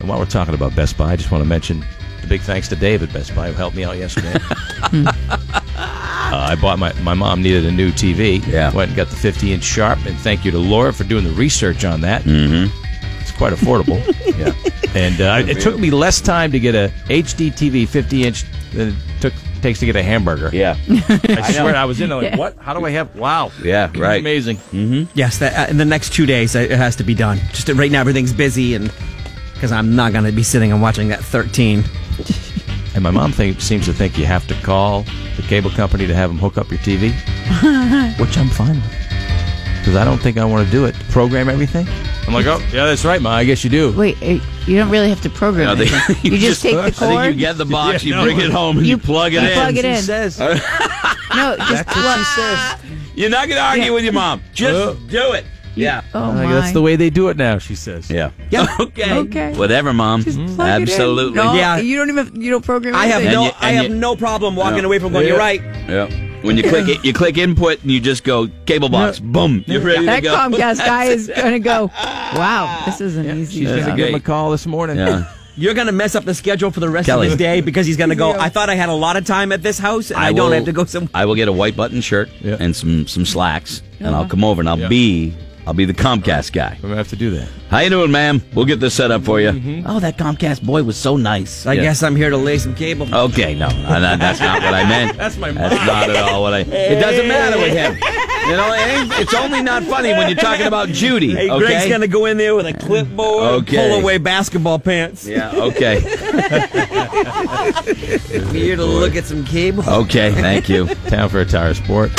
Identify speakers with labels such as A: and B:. A: And while we're talking about Best Buy, I just want to mention the big thanks to Dave at Best Buy who helped me out yesterday.
B: Hmm.
A: Uh, I bought my my mom needed a new TV.
B: Yeah.
A: went and got the 50 inch sharp, and thank you to Laura for doing the research on that.
B: Mm-hmm.
A: It's quite affordable. yeah, and uh, it took me less time to get a HD TV 50 inch than it took takes to get a hamburger.
B: Yeah.
A: I, swear I was in there like, what? How do I have? Wow.
B: Yeah, right.
A: Amazing.
C: Yes, that, uh, in the next two days, uh, it has to be done. Just uh, right now, everything's busy, and because I'm not going to be sitting and watching that 13.
A: And my mom think, seems to think you have to call the cable company to have them hook up your TV, which I'm fine with. Because I don't think I want to do it. Program everything? I'm like, oh, yeah, that's right, Ma. I guess you do.
D: Wait, eh, you don't really have to program
B: No, they-
D: anything. you, just take
B: I
D: the
B: think
D: cord.
B: you get the box,
A: Yeah,
B: you
A: no.
B: bring it home, and you,
D: You-
B: plug it
D: you
B: in.
D: plug it
C: She
D: in.
C: says,
D: no, just plug.
B: You're not going to argue with your mom. Just
C: Uh,
A: Oh.
B: do it. Yeah.
D: Oh
A: I'm like,
D: my.
A: that's the way they do it now, she says.
B: Yeah.
C: Yeah.
B: Okay.
D: Okay.
B: Whatever, mom.
D: Plug it in.
B: Absolutely.
D: No,
C: Yeah.
D: you don't even you don't program.
C: I have
D: anything.
C: no,
B: you-
C: I
B: and
C: have
B: you-
C: no problem walking
B: Yeah.
C: away from going. You're
B: Yeah.
C: right.
B: Yeah. When you click it, you click input, and you just go cable box. Boom. You're ready
D: That
B: to go.
D: Comcast guy is gonna go. Wow, this is an easy.
A: She's going
D: job."
A: to give him a call this morning.
B: Yeah.
C: You're going to mess up the schedule for the rest
B: Kelly.
C: of his day because he's going to go. I thought I had a lot of time at this house, and I, don't
B: will-
C: have to go some.
B: I will get a white button shirt
A: Yeah.
B: and some some slacks, and I'll come over and I'll
A: Yeah.
B: be I'll be the Comcast guy.
A: I'm going to have to do that.
B: How you doing, ma'am? We'll get this set up for you. Oh, that Comcast boy was so nice.
C: I
B: Yeah. Oh,
C: guess I'm here to lay some cable.
B: Okay, no, no, no, that's not what I meant.
A: That's my
B: That's
A: mom.
B: not at all what I. It doesn't matter with him. You know, it ain't, it's only not funny when you're talking about Judy.
C: Hey,
B: okay?
C: Greg's going to go in there with a clipboard,
B: Okay.
C: pull away basketball pants.
B: Yeah. Okay.
C: Here to look at some cable.
B: Okay. Thank you.
A: Town for a tire sport.